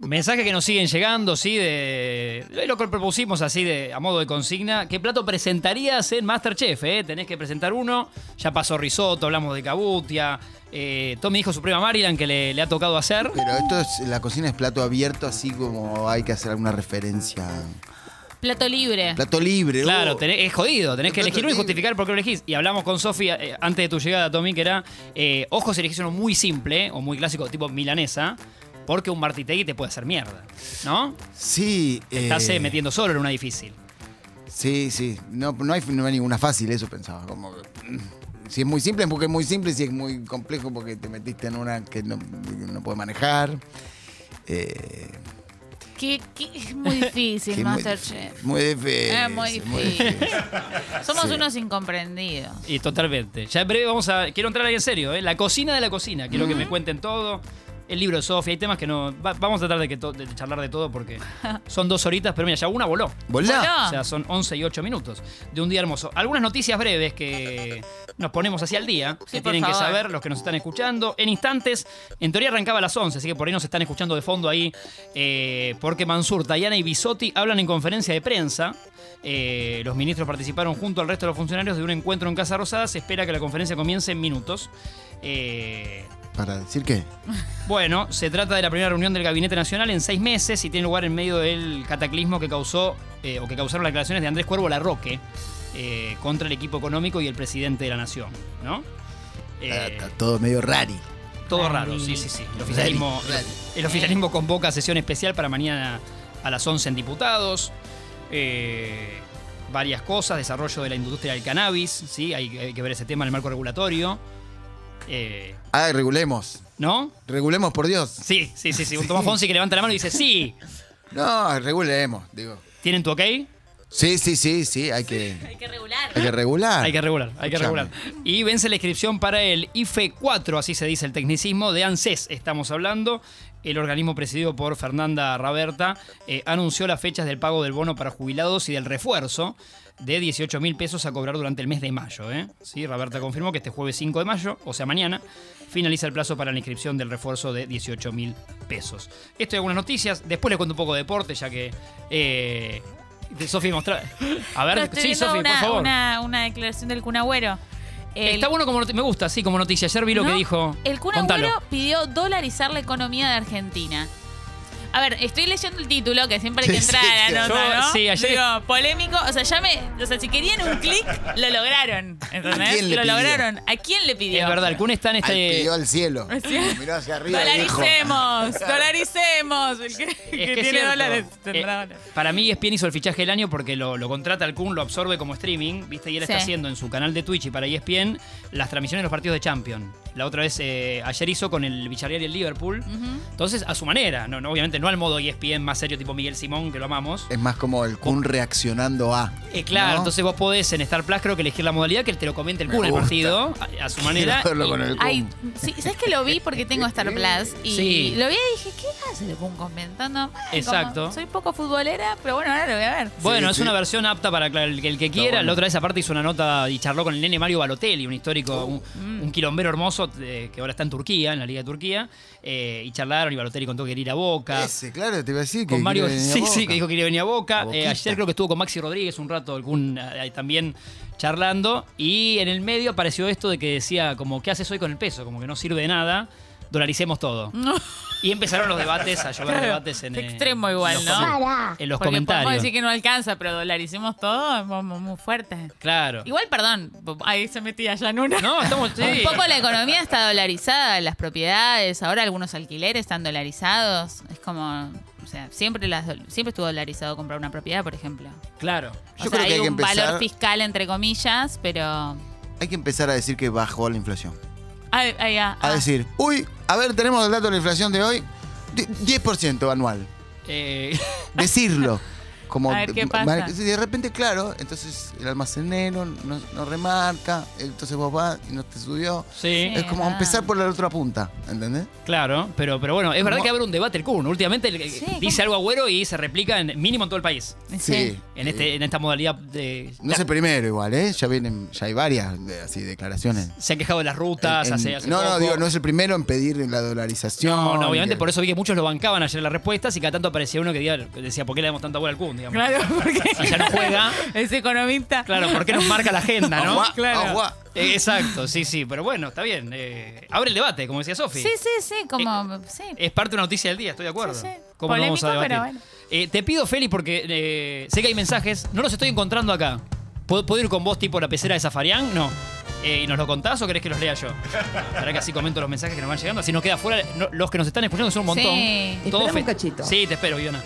Mensajes que nos siguen llegando, sí, de. de Lo que propusimos así de a modo de consigna. ¿Qué plato presentarías en Masterchef? Eh? Tenés que presentar uno. Ya pasó risotto, hablamos de cabutia. Eh, Tommy dijo su prima Maryland que le, le ha tocado hacer. Pero esto es, la cocina es plato abierto, así como hay que hacer alguna referencia. Plato libre. Plato libre. Claro, oh. tenés- es jodido, tenés que Plato elegir uno y libre. justificar por qué lo elegís. Y hablamos con Sofía eh, antes de tu llegada, Tommy, que era, eh, ojo si elegís uno muy simple o muy clásico, tipo milanesa, porque un martitegui te puede hacer mierda, ¿no? Sí. Estás eh, eh, metiendo solo en una difícil. Sí, sí. No, no, hay, no hay ninguna fácil, eso pensaba. Como, que, mm. si es muy simple es porque es muy simple, si es muy complejo porque te metiste en una que no, no puedes manejar. Eh, Que, que es muy que difícil, es Masterchef. Muy difícil. Es muy difícil. Somos Sí. unos incomprendidos. Y totalmente. Ya en breve vamos a. Quiero entrar ahí en serio, ¿eh? La cocina de la cocina. Quiero que me cuenten todo. El libro de Sofía, hay temas que no. va- vamos a tratar de, que to- de charlar de todo porque son dos horitas, pero mira, ya una voló. Volá. O sea, son 11 y 8 minutos de un día hermoso. Algunas noticias breves que nos ponemos así al día, Sí, que por tienen que favor. saber los que nos están escuchando. En instantes, en teoría arrancaba a las 11, así que por ahí nos están escuchando de fondo ahí, eh, porque Mansur, Tayana y Bisotti hablan en conferencia de prensa. Eh, los ministros participaron junto al resto de los funcionarios de un encuentro en Casa Rosada. Se espera que la conferencia comience en minutos. Eh, Para decir qué. bueno, se trata de la primera reunión del Gabinete Nacional en seis meses y tiene lugar en medio del cataclismo que causó eh, o que causaron las declaraciones de Andrés Cuervo Larroque eh, contra el equipo económico y el presidente de la nación, ¿no? Ah, Eh, Está todo medio rari. todo raro, rari. sí, sí, sí. El oficialismo, Rari, rari. el oficialismo convoca sesión especial para mañana a las 11 en diputados. Eh, varias cosas, desarrollo de la industria del cannabis, ¿sí? Hay, hay que ver ese tema en el marco regulatorio. Eh, Ah, regulemos. ¿No? Regulemos, por Dios. Sí, sí, sí, sí. Un Tomás Fonsi que levanta la mano y dice, sí, No, regulemos, digo. ¿tienen tu ok? Sí, sí, sí, sí, hay que, Hay que regular. hay que regular. Hay que regular, hay que Escuchame. regular. Y vence la inscripción para el IFE 4, así se dice el tecnicismo, de ANSES estamos hablando. El organismo presidido por Fernanda Raberta eh, anunció las fechas del pago del bono para jubilados y del refuerzo de 18 mil pesos a cobrar durante el mes de mayo. ¿eh? Sí, Raberta confirmó que este jueves 5 de mayo, o sea mañana, finaliza el plazo para la inscripción del refuerzo de 18 mil pesos. Esto y algunas noticias. Después les cuento un poco de deporte, ya que... eh, Sofi, mostra. A No, ver, estoy sí, viendo Sofi, por una, favor. Una, una declaración del Kun Agüero. El- Está bueno como noti- me gusta, sí, como noticia. Ayer vi lo ¿no? que dijo. El Kun Contalo. Agüero pidió dolarizar la economía de Argentina. A ver, estoy leyendo el título, que siempre hay que Sí, entrar sí, a la sí. nota, Yo- ¿no? sí, ayer- Digo, polémico. O sea, ya me... O sea, si querían un clic, lo lograron. ¿Entendés? ¿A quién le lo pidió? lograron. ¿A quién le pidió? Es verdad, el Kun está en Al este. pidió al cielo. Sí. Miró hacia arriba. y dijo, Dolaricemos, dolaricemos. El que, Es que que es tiene cierto. dólares Eh, tendrá dólares. Para mí, ESPN hizo el fichaje del año porque lo, lo contrata al Kun, lo absorbe como streaming, ¿viste? Y él está Sí. haciendo en su canal de Twitch y para ESPN las transmisiones de los partidos de Champions. La otra vez, eh, ayer hizo con el Villarreal y el Liverpool. Mm. Entonces, a su manera, no, no, obviamente no al modo ESPN más serio tipo Miguel Simón, que lo amamos. Es más como el Kun reaccionando a. Eh, claro, Eh, ¿no? entonces vos podés en Star Plus creo que elegir la modalidad que te lo comente el Me Kun el gusta. partido a, a su manera. Quiero verlo y- con el Kun. Ay, sí, ¿sabes que lo vi? Porque tengo Star Plus. Y Sí. lo vi y dije, ¿qué hace el Kun comentando? Bueno, Exacto. como Soy poco futbolera, pero bueno, ahora lo voy a ver. Bueno, Sí, es sí. una versión apta para el que, el que quiera. bueno. La otra vez aparte hizo una nota y charló con el nene Mario Balotelli, un histórico, Uh. un, un quilombero hermoso eh, que ahora está en Turquía, en la Liga de Turquía. eh, y charlaron y Balotelli contó que quería ir a Boca. Ese, claro, te iba a decir que. Con Mario, quiere venir a sí, Boca. sí, que dijo que quería venir a Boca. A Eh, Boquita. ayer creo que estuvo con Maxi Rodríguez un rato, algún eh, también charlando. Y en el medio apareció esto de que decía, como, ¿qué haces hoy con el peso? Como que no sirve de nada, dolaricemos todo. Y empezaron los debates, a llover Claro, debates en qué eh, extremo en igual, los ¿no? comen- En los Porque comentarios. Podemos decir que no alcanza, pero dolaricemos todo, es muy, muy fuerte. Claro. Igual, perdón, ahí se metía ya en una. No, estamos. sí. Un poco la economía está dolarizada, las propiedades, ahora algunos alquileres están dolarizados. Es como, o sea, siempre, las, dol- siempre estuvo dolarizado comprar una propiedad, por ejemplo. Claro. O Yo creo sea, que hay, hay que un empezar- valor fiscal, entre comillas, pero... Hay que empezar a decir que bajó la inflación. Ay, ay, ah, A ah. decir, uy, a ver, tenemos el dato de la inflación de hoy: di- 10% anual. Eh, Decirlo. como A ver qué de- pasa. mar- sí, de repente, claro, entonces el almacenero no, no remarca, entonces vos vas y no te subió. Sí, Es como verdad. empezar por la otra punta, ¿entendés? claro, pero, pero bueno, es verdad Como- que abre un debate el CUN. Últimamente el- eh, Sí, dice algo ¿cómo? agüero y se replica en mínimo en todo el país. En, este, en esta modalidad de. No es el primero igual, ¿eh? Ya vienen, ya hay varias de- así declaraciones. Se han quejado de las rutas, En- hace, hace no, no, poco. digo, no es el primero en pedir la dolarización. No, no, obviamente que- por eso vi que muchos lo bancaban ayer en las respuestas y cada tanto aparecía uno que diga- decía, ¿por qué le damos tanta bola al Kun? Digamos. Claro, porque Si ya no juega, es economista. claro, ¿por qué nos marca la agenda, no? Aguá, Claro. aguá. Eh, Exacto, sí, sí, pero bueno, está bien. eh, abre el debate, como decía Sofi. Sí, sí, sí, como. sí. Es parte de una noticia del día, estoy de acuerdo. Sí, sí. ¿Cómo no vamos a Polémico, debatir? pero bueno. Eh, te pido, Feli, porque eh, sé que hay mensajes, no los estoy encontrando acá. ¿Puedo, puedo ir con vos tipo la pecera de Zafarián? No. Eh, ¿Y nos lo contás o querés que los lea yo? Para que así comento los mensajes que nos van llegando. Así nos queda fuera no, los que nos están escuchando, que son un montón. Sí. Todos Esperame un fe- cachito. Sí, te espero, Iona.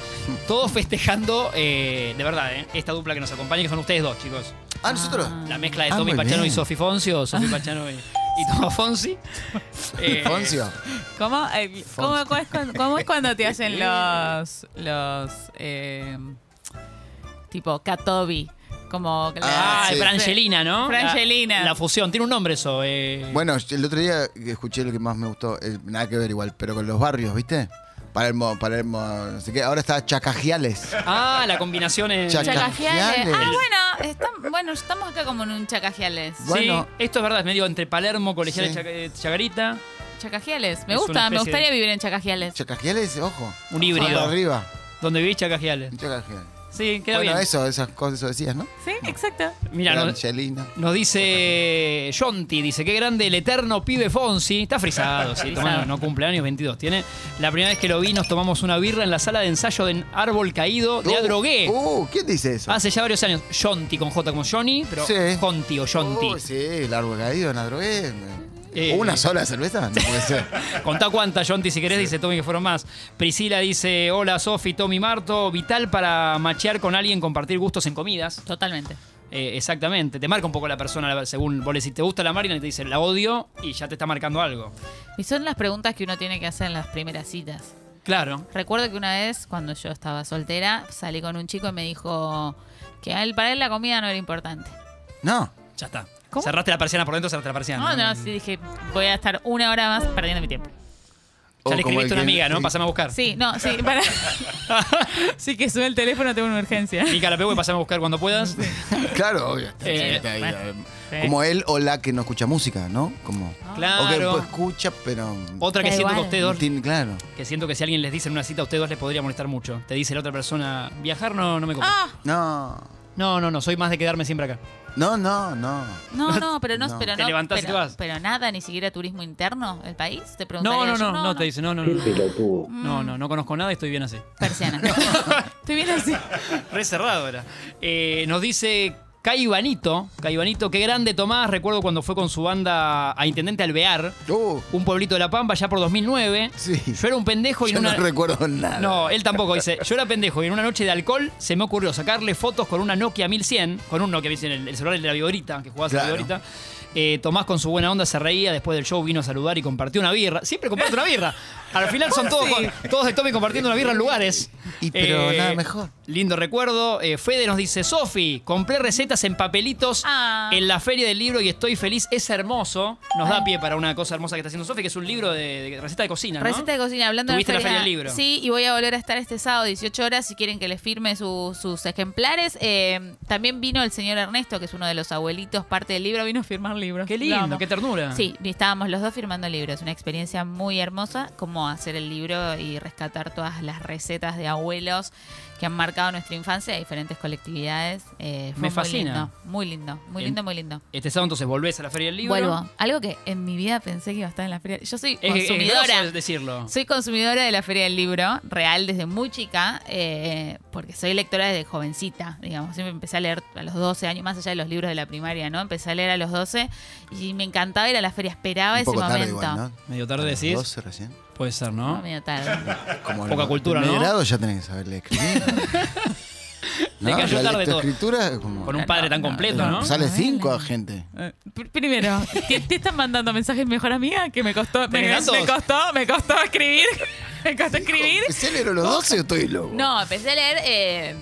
Todos festejando, eh, de verdad, eh, esta dupla que nos acompaña, que son ustedes dos, chicos. Ah, nosotros. La mezcla de Ah, Tommy muy Pachano y bien. Sofi Foncio, Sofi Pachano y, y Tomás Fonsi. Eh, Poncio. ¿Cómo, El- cómo- cómo es, cuando, cómo es cuando te hacen los. los. eh, tipo, Katobi? Como. Ah, sí. Frangelina, ¿no? Frangelina. La, la fusión, tiene un nombre eso. eh. Bueno, el otro día escuché lo que más me gustó, eh, nada que ver igual, pero con los barrios, ¿viste? Palermo, Palermo, no sé qué. Ahora está Chacajiales. Ah, la combinación es. Chaca- Chacajiales. Chacajiales. Ah, bueno, estam- bueno, estamos acá como en un chacajiales. Sí, Bueno. esto es verdad, es medio entre Palermo, Colegial Sí. y Chaca- eh, Chacarita. Chacajiales. Me Es una gusta, me especie gustaría de- vivir en chacajiales. Chacajiales, ojo. Un híbrido. Para arriba. Donde vivís Chacajiales. un Chacajiales. Sí, queda Bueno, bien. eso, esas cosas eso decías, ¿no? Sí, exacto. Mira, nos, Angelina. nos dice Yonti, dice, qué grande el eterno pibe Fonsi. Está frisado, sí, Frisado. tomando, no cumple años, 22 tiene. La primera vez que lo vi nos tomamos una birra en la sala de ensayo de Árbol Caído de Uh, Adrogué. Uh, ¿quién dice eso? Hace ya varios años. Yonti con J como Johnny, pero Sí. Jonti o Yonti. Uh, sí, largo caído en la drogué. Eh. ¿Una sola cerveza? No puede ser. Contá cuántas, Jonti, si querés, dice Tommy que fueron más. Priscila dice, hola Sofi, Tommy Marto, vital para machear con alguien, compartir gustos en comidas. Totalmente. Eh, exactamente, te marca un poco la persona la- según vos le decís, te gusta la Marina y te dice, la odio y ya te está marcando algo. Y son las preguntas que uno tiene que hacer en las primeras citas. Claro. Recuerdo que una vez, cuando yo estaba soltera, salí con un chico y me dijo que a él, para él la comida no era importante. No. Ya está. ¿Cómo? Cerraste la persiana por dentro, cerraste la persiana. No, no, sí, dije, voy a estar una hora más perdiendo mi tiempo. Ya O le como escribiste a una el que- amiga, ¿no? sí. Pasame a buscar. Sí, no, sí, para. sí, que sube el teléfono, tengo una urgencia. Mica la pego y pasame a buscar cuando puedas. Claro, obvio. está Eh, chiquita ahí, bueno, eh, sí. Como él o la que no escucha música, ¿no? Como. O que Claro. pues, escucha, pero. Otra que Da siento que igual. ustedes dos, tiene- claro. que siento que si alguien les dice en una cita a ustedes dos les podría molestar mucho. Te dice la otra persona, viajar no, no me conviene. Ah, No. No, no, no, soy más de quedarme siempre acá. No, no, no. no, no, pero no, No. pero Te no. levantás y pero, te vas. pero nada, ni siquiera turismo interno del país, te No, preguntaría no, yo, no, no, te dice, no, no, no. No, no, no conozco nada y estoy bien así. Persiana. Estoy bien así. Re cerrado era. Eh, nos dice Caibanito, Caibanito, qué grande Tomás, recuerdo cuando fue con su banda a Intendente Alvear, Uh, un pueblito de La Pampa, ya por 2009. Sí. Yo era un pendejo y yo en Pues una... no recuerdo nada. No, él tampoco dice. Yo era pendejo y en una noche de alcohol se me ocurrió sacarle fotos con una Nokia 1100, con un Nokia 1100, el, el celular de la Vigorita, que jugabas a la Claro. Vigorita. Eh, Tomás con su buena onda se reía, después del show vino a saludar y compartió una birra. Siempre comparte una birra. Al final son todos, todos de Tommy compartiendo una birra en lugares. Eh, Y pero nada mejor. Lindo recuerdo. Eh, Fede nos dice, Sofi, compré recetas en papelitos Ah. en la feria del libro y estoy feliz. Es hermoso. Nos da Ay. pie para una cosa hermosa que está haciendo Sofi, que es un libro de, de receta de cocina. ¿no? Receta de cocina, hablando Tuviste de la feria del libro. Sí, y voy a volver a estar este sábado 18 horas si quieren que les firme su- sus ejemplares. Eh, también vino el señor Ernesto, que es uno de los abuelitos, parte del libro, vino a firmar libros. Qué Lo lindo, amo. qué ternura. Sí, y estábamos los dos firmando libros, una experiencia muy hermosa, como hacer el libro y rescatar todas las recetas de abuelos que han marcado nuestra infancia de diferentes colectividades. Eh, fue Me muy fascina. lindo, Muy lindo, muy En- lindo, muy lindo. Este sábado entonces volvés a la Feria del Libro. Vuelvo. Algo que en mi vida pensé que iba a estar en la feria. Yo soy Es, es consumidora. grosso decirlo. Soy consumidora de la Feria del Libro, real desde muy chica, eh, porque soy lectora desde jovencita, digamos. Siempre empecé a leer a los 12 años, más allá de los libros de la primaria, ¿no? Empecé a leer a los 12 y me encantaba ir a la feria, esperaba Un ese poco tarde momento. igual, ¿no? Medio tarde A los decís. 12 recién. Puede ser, No, ¿no? medio tarde. Como Poca lo- cultura, primer ¿no? grado ya tenés que saberle escribir. Te cayó La tarde todo. lectoescritura es como- Con un padre tan completo, ¿no? pues Sale cinco a gente. Eh, pr- Primero, te, te están mandando mensajes mejor amiga que me costó, me, ¿Tenés me datos? costó, me costó escribir, me costó escribir. ¿Celero los 12 o estoy loco? No, empecé a leer eh,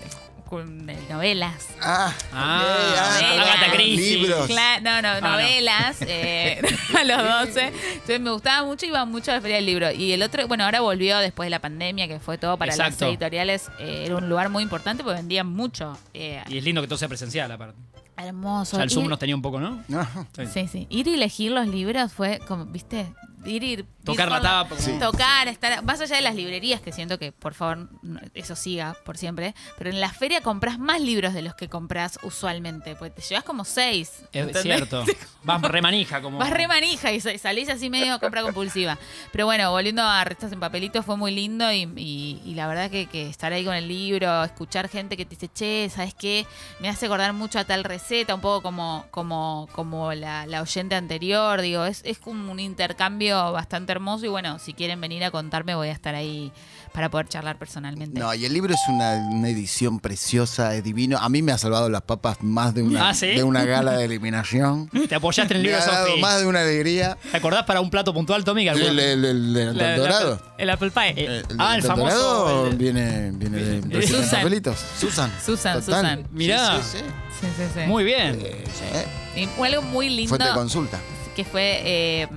con- eh, novelas. Ah, Ah, ok, Novelas. Agatha Christie. Libros. Cla- no, no, Ah, no. novelas eh, a los 12. Entonces me gustaba mucho, iba mucho a la Feria del Libro. Y el otro, bueno, ahora volvió después de la pandemia, que fue todo para Exacto. las editoriales. eh, era un lugar muy importante porque vendían mucho. eh, Y es lindo que todo sea presencial, aparte. hermoso. Ya el Zoom Ir- nos tenía un poco, ¿no? No. Sí, sí. Ir y elegir los libros fue como, viste, ir y... ir Tocar la con la- tapa. como- Sí. Tocar, estar... Más allá de las librerías, que siento que, por favor, no- eso siga por siempre. Pero en la feria compras más libros de los que compras usualmente. Pues te llevas como seis. Es ¿entendés? cierto. Vas remanija como. Vas re manija y sa- salís así medio compra compulsiva. Pero bueno, volviendo a Restas en Papelitos, fue muy lindo y, y- y la verdad que, que estar ahí con el libro, escuchar gente que te dice, che, ¿sabes qué? Me hace acordar mucho a tal receta, un poco como, como, como la, la oyente anterior. Digo, es, es como un intercambio bastante hermoso y bueno, si quieren venir a contarme, voy a estar ahí para poder charlar personalmente. No, y el libro es una, una edición preciosa, es divino. A mí me ha salvado las papas más de una, Ah, ¿sí? de una gala de eliminación. Te apoyaste en el Me libro ha de dado Sofi. más de una alegría. ¿Te acordás para un plato puntual, Tommy? que El, alguna- el, el, el, el La- la- Dorado. el Apple Pie. Eh, El ah, el del famoso. Dorado el de- viene, viene de Susan. Presidente Papelitos. Susan. Susan, Total. Susan. Mirá. Sí, sí, sí. Sí, sí, sí. Muy bien. Eh, sí. Y fue algo muy lindo. Fuente de consulta. que fue eh,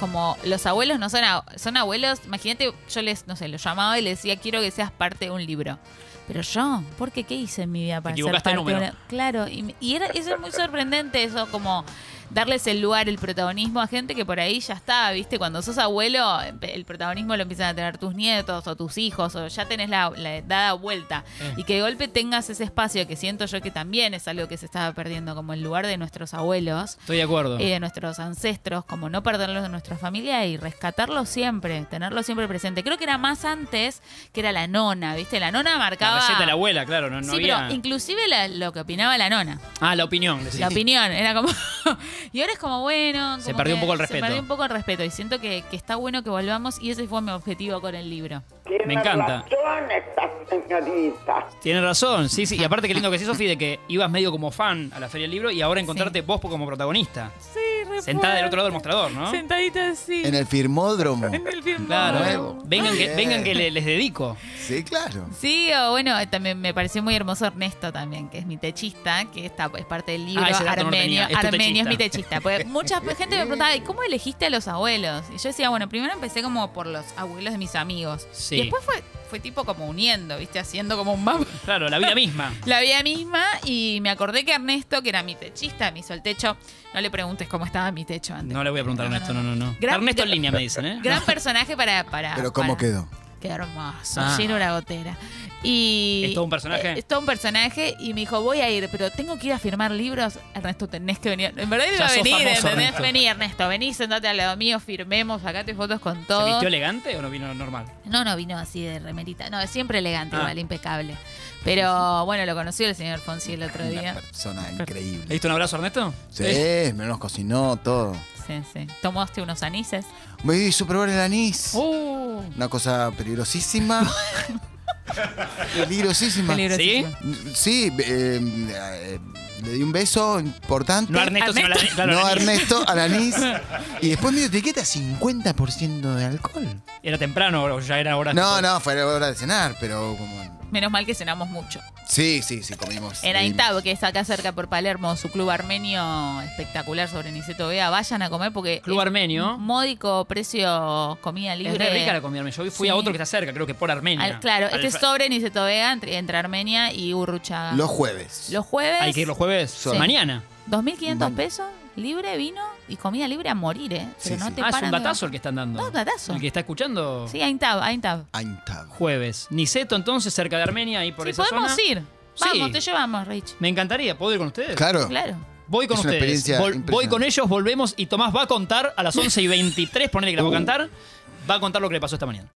como los abuelos no son, a- son abuelos. Imagínate, yo les, no sé, los llamaba y les decía, quiero que seas parte de un libro. Pero yo, ¿por qué qué hice en mi vida para Te ser equivocaste de parte de número. una- Claro, y, me- y era, eso es muy sorprendente, eso como darles el lugar, el protagonismo a gente que por ahí ya está, ¿viste? Cuando sos abuelo, empe- el protagonismo lo empiezan a tener tus nietos o tus hijos, o ya tenés la, la dada vuelta. Eh. Y que de golpe tengas ese espacio que siento yo que también es algo que se estaba perdiendo, como el lugar de nuestros abuelos Estoy de acuerdo. y de nuestros ancestros, como no perderlos de nuestra familia y rescatarlos siempre, tenerlos siempre presente. Creo que era más antes que era la nona, ¿viste? La nona marcaba. la receta de la abuela, claro, no, no sí, había. pero inclusive la- lo que opinaba la nona, Ah, la opinión. decís. la opinión, era como... y ahora es como, bueno... Se como perdió que un poco el Se respeto. perdió un poco el respeto y siento que, que está bueno que volvamos y ese fue mi objetivo con el libro. Me Tiene encanta. razón esta señorita. Tienes razón, sí, sí. Y aparte, qué lindo que sí, Sofi, de que ibas medio como fan a la Feria del Libro y ahora encontrarte vos como protagonista. Sí, Sentada del otro lado del mostrador, ¿no? Sentadita así. En el firmódromo. Claro. Nuevo. Vengan que, Bien. vengan que le- les dedico. Sí, claro. Sí, o bueno, también me pareció muy hermoso Ernesto también, que es mi techista, que está, es parte del libro Ah, ese dato no lo Armenio. tenía. Es tu Armenio es techista. mi techista. Pues mucha gente me preguntaba, "¿Y ¿cómo elegiste a los abuelos? Y yo decía, bueno, primero empecé como por los abuelos de mis amigos. Sí. Y después fue, fue tipo como uniendo, ¿viste? Haciendo como un mapa Claro, la vida misma. la vida misma y me acordé que Ernesto, que era mi techista, me hizo el techo. No le preguntes cómo estaba mi techo antes. No le voy a preguntar a Ernesto, no, no, no. Gran- Ernesto en línea me dicen, ¿eh? Gran personaje para... para Pero ¿cómo Ah, para- quedó? Qué hermoso, Ah. lleno una gotera. Y, ¿Es todo un personaje? Eh, Es todo un personaje y me dijo, voy a ir, pero tengo que ir a firmar libros. Ernesto, tenés que venir. En verdad iba a sos venir, famoso, ¿entendés? Ernesto. Vení, Ernesto, vení, sentate al lado mío, firmemos, sacate fotos con ¿Se todo. vistió elegante o no vino normal? No, no vino así de remerita. No, siempre elegante, Ah. igual, impecable. Pero bueno, lo conoció el señor Fonsi el otro Una día. persona ¿Le increíble. diste un abrazo a Ernesto? Eh, Sí, me los cocinó todo. Sí, sí. Tomaste unos anises. Ah, Me di probar el anís. Uh, Una cosa peligrosísima. peligrosísima. Peligrosísimo. Sí, eh, eh, le di un beso importante. no a Ernesto, sino a la, claro, No a a Ernesto. Ernesto, al anís. Y después me dio etiqueta 50% de alcohol. Era temprano o ya era hora. No, no, fue la hora de cenar, pero como. Menos mal que cenamos mucho. Sí, sí, sí, comimos. En comimos. Aitabo, que está acá cerca por Palermo, su club armenio espectacular sobre Niceto Vea. Vayan a comer porque. Club es Armenio. Módico precio, comida Es libre. re rica la comida. Yo fui a Sí. otro que está cerca, creo que por Armenia. Al- claro, Al- este es sobre Niceto Vega entre, entre Armenia y Urruchaga. Los jueves. Los jueves. Hay que ir los jueves. Sí. Mañana. 2.500 Bueno. pesos, libre vino y comida libre a morir, ¿eh? Pero Sí, no sí. te Ah, es paran un de- datazo el que están dando. No, un datazo. El que está escuchando. Sí, Aintab, Aintab. Aintab. Jueves. Niceto, entonces, cerca de Armenia, ahí por Sí, esa podemos zona. ir. Sí. Vamos, te llevamos, Rich. Me encantaría. ¿Puedo ir con ustedes? Claro. Claro. Voy con Es una ustedes. experiencia Vol- voy impresionante. con ellos, Uh. volvemos y Tomás va a contar a las 11 y 23, ponele que la va a cantar, va a contar lo que le pasó esta mañana.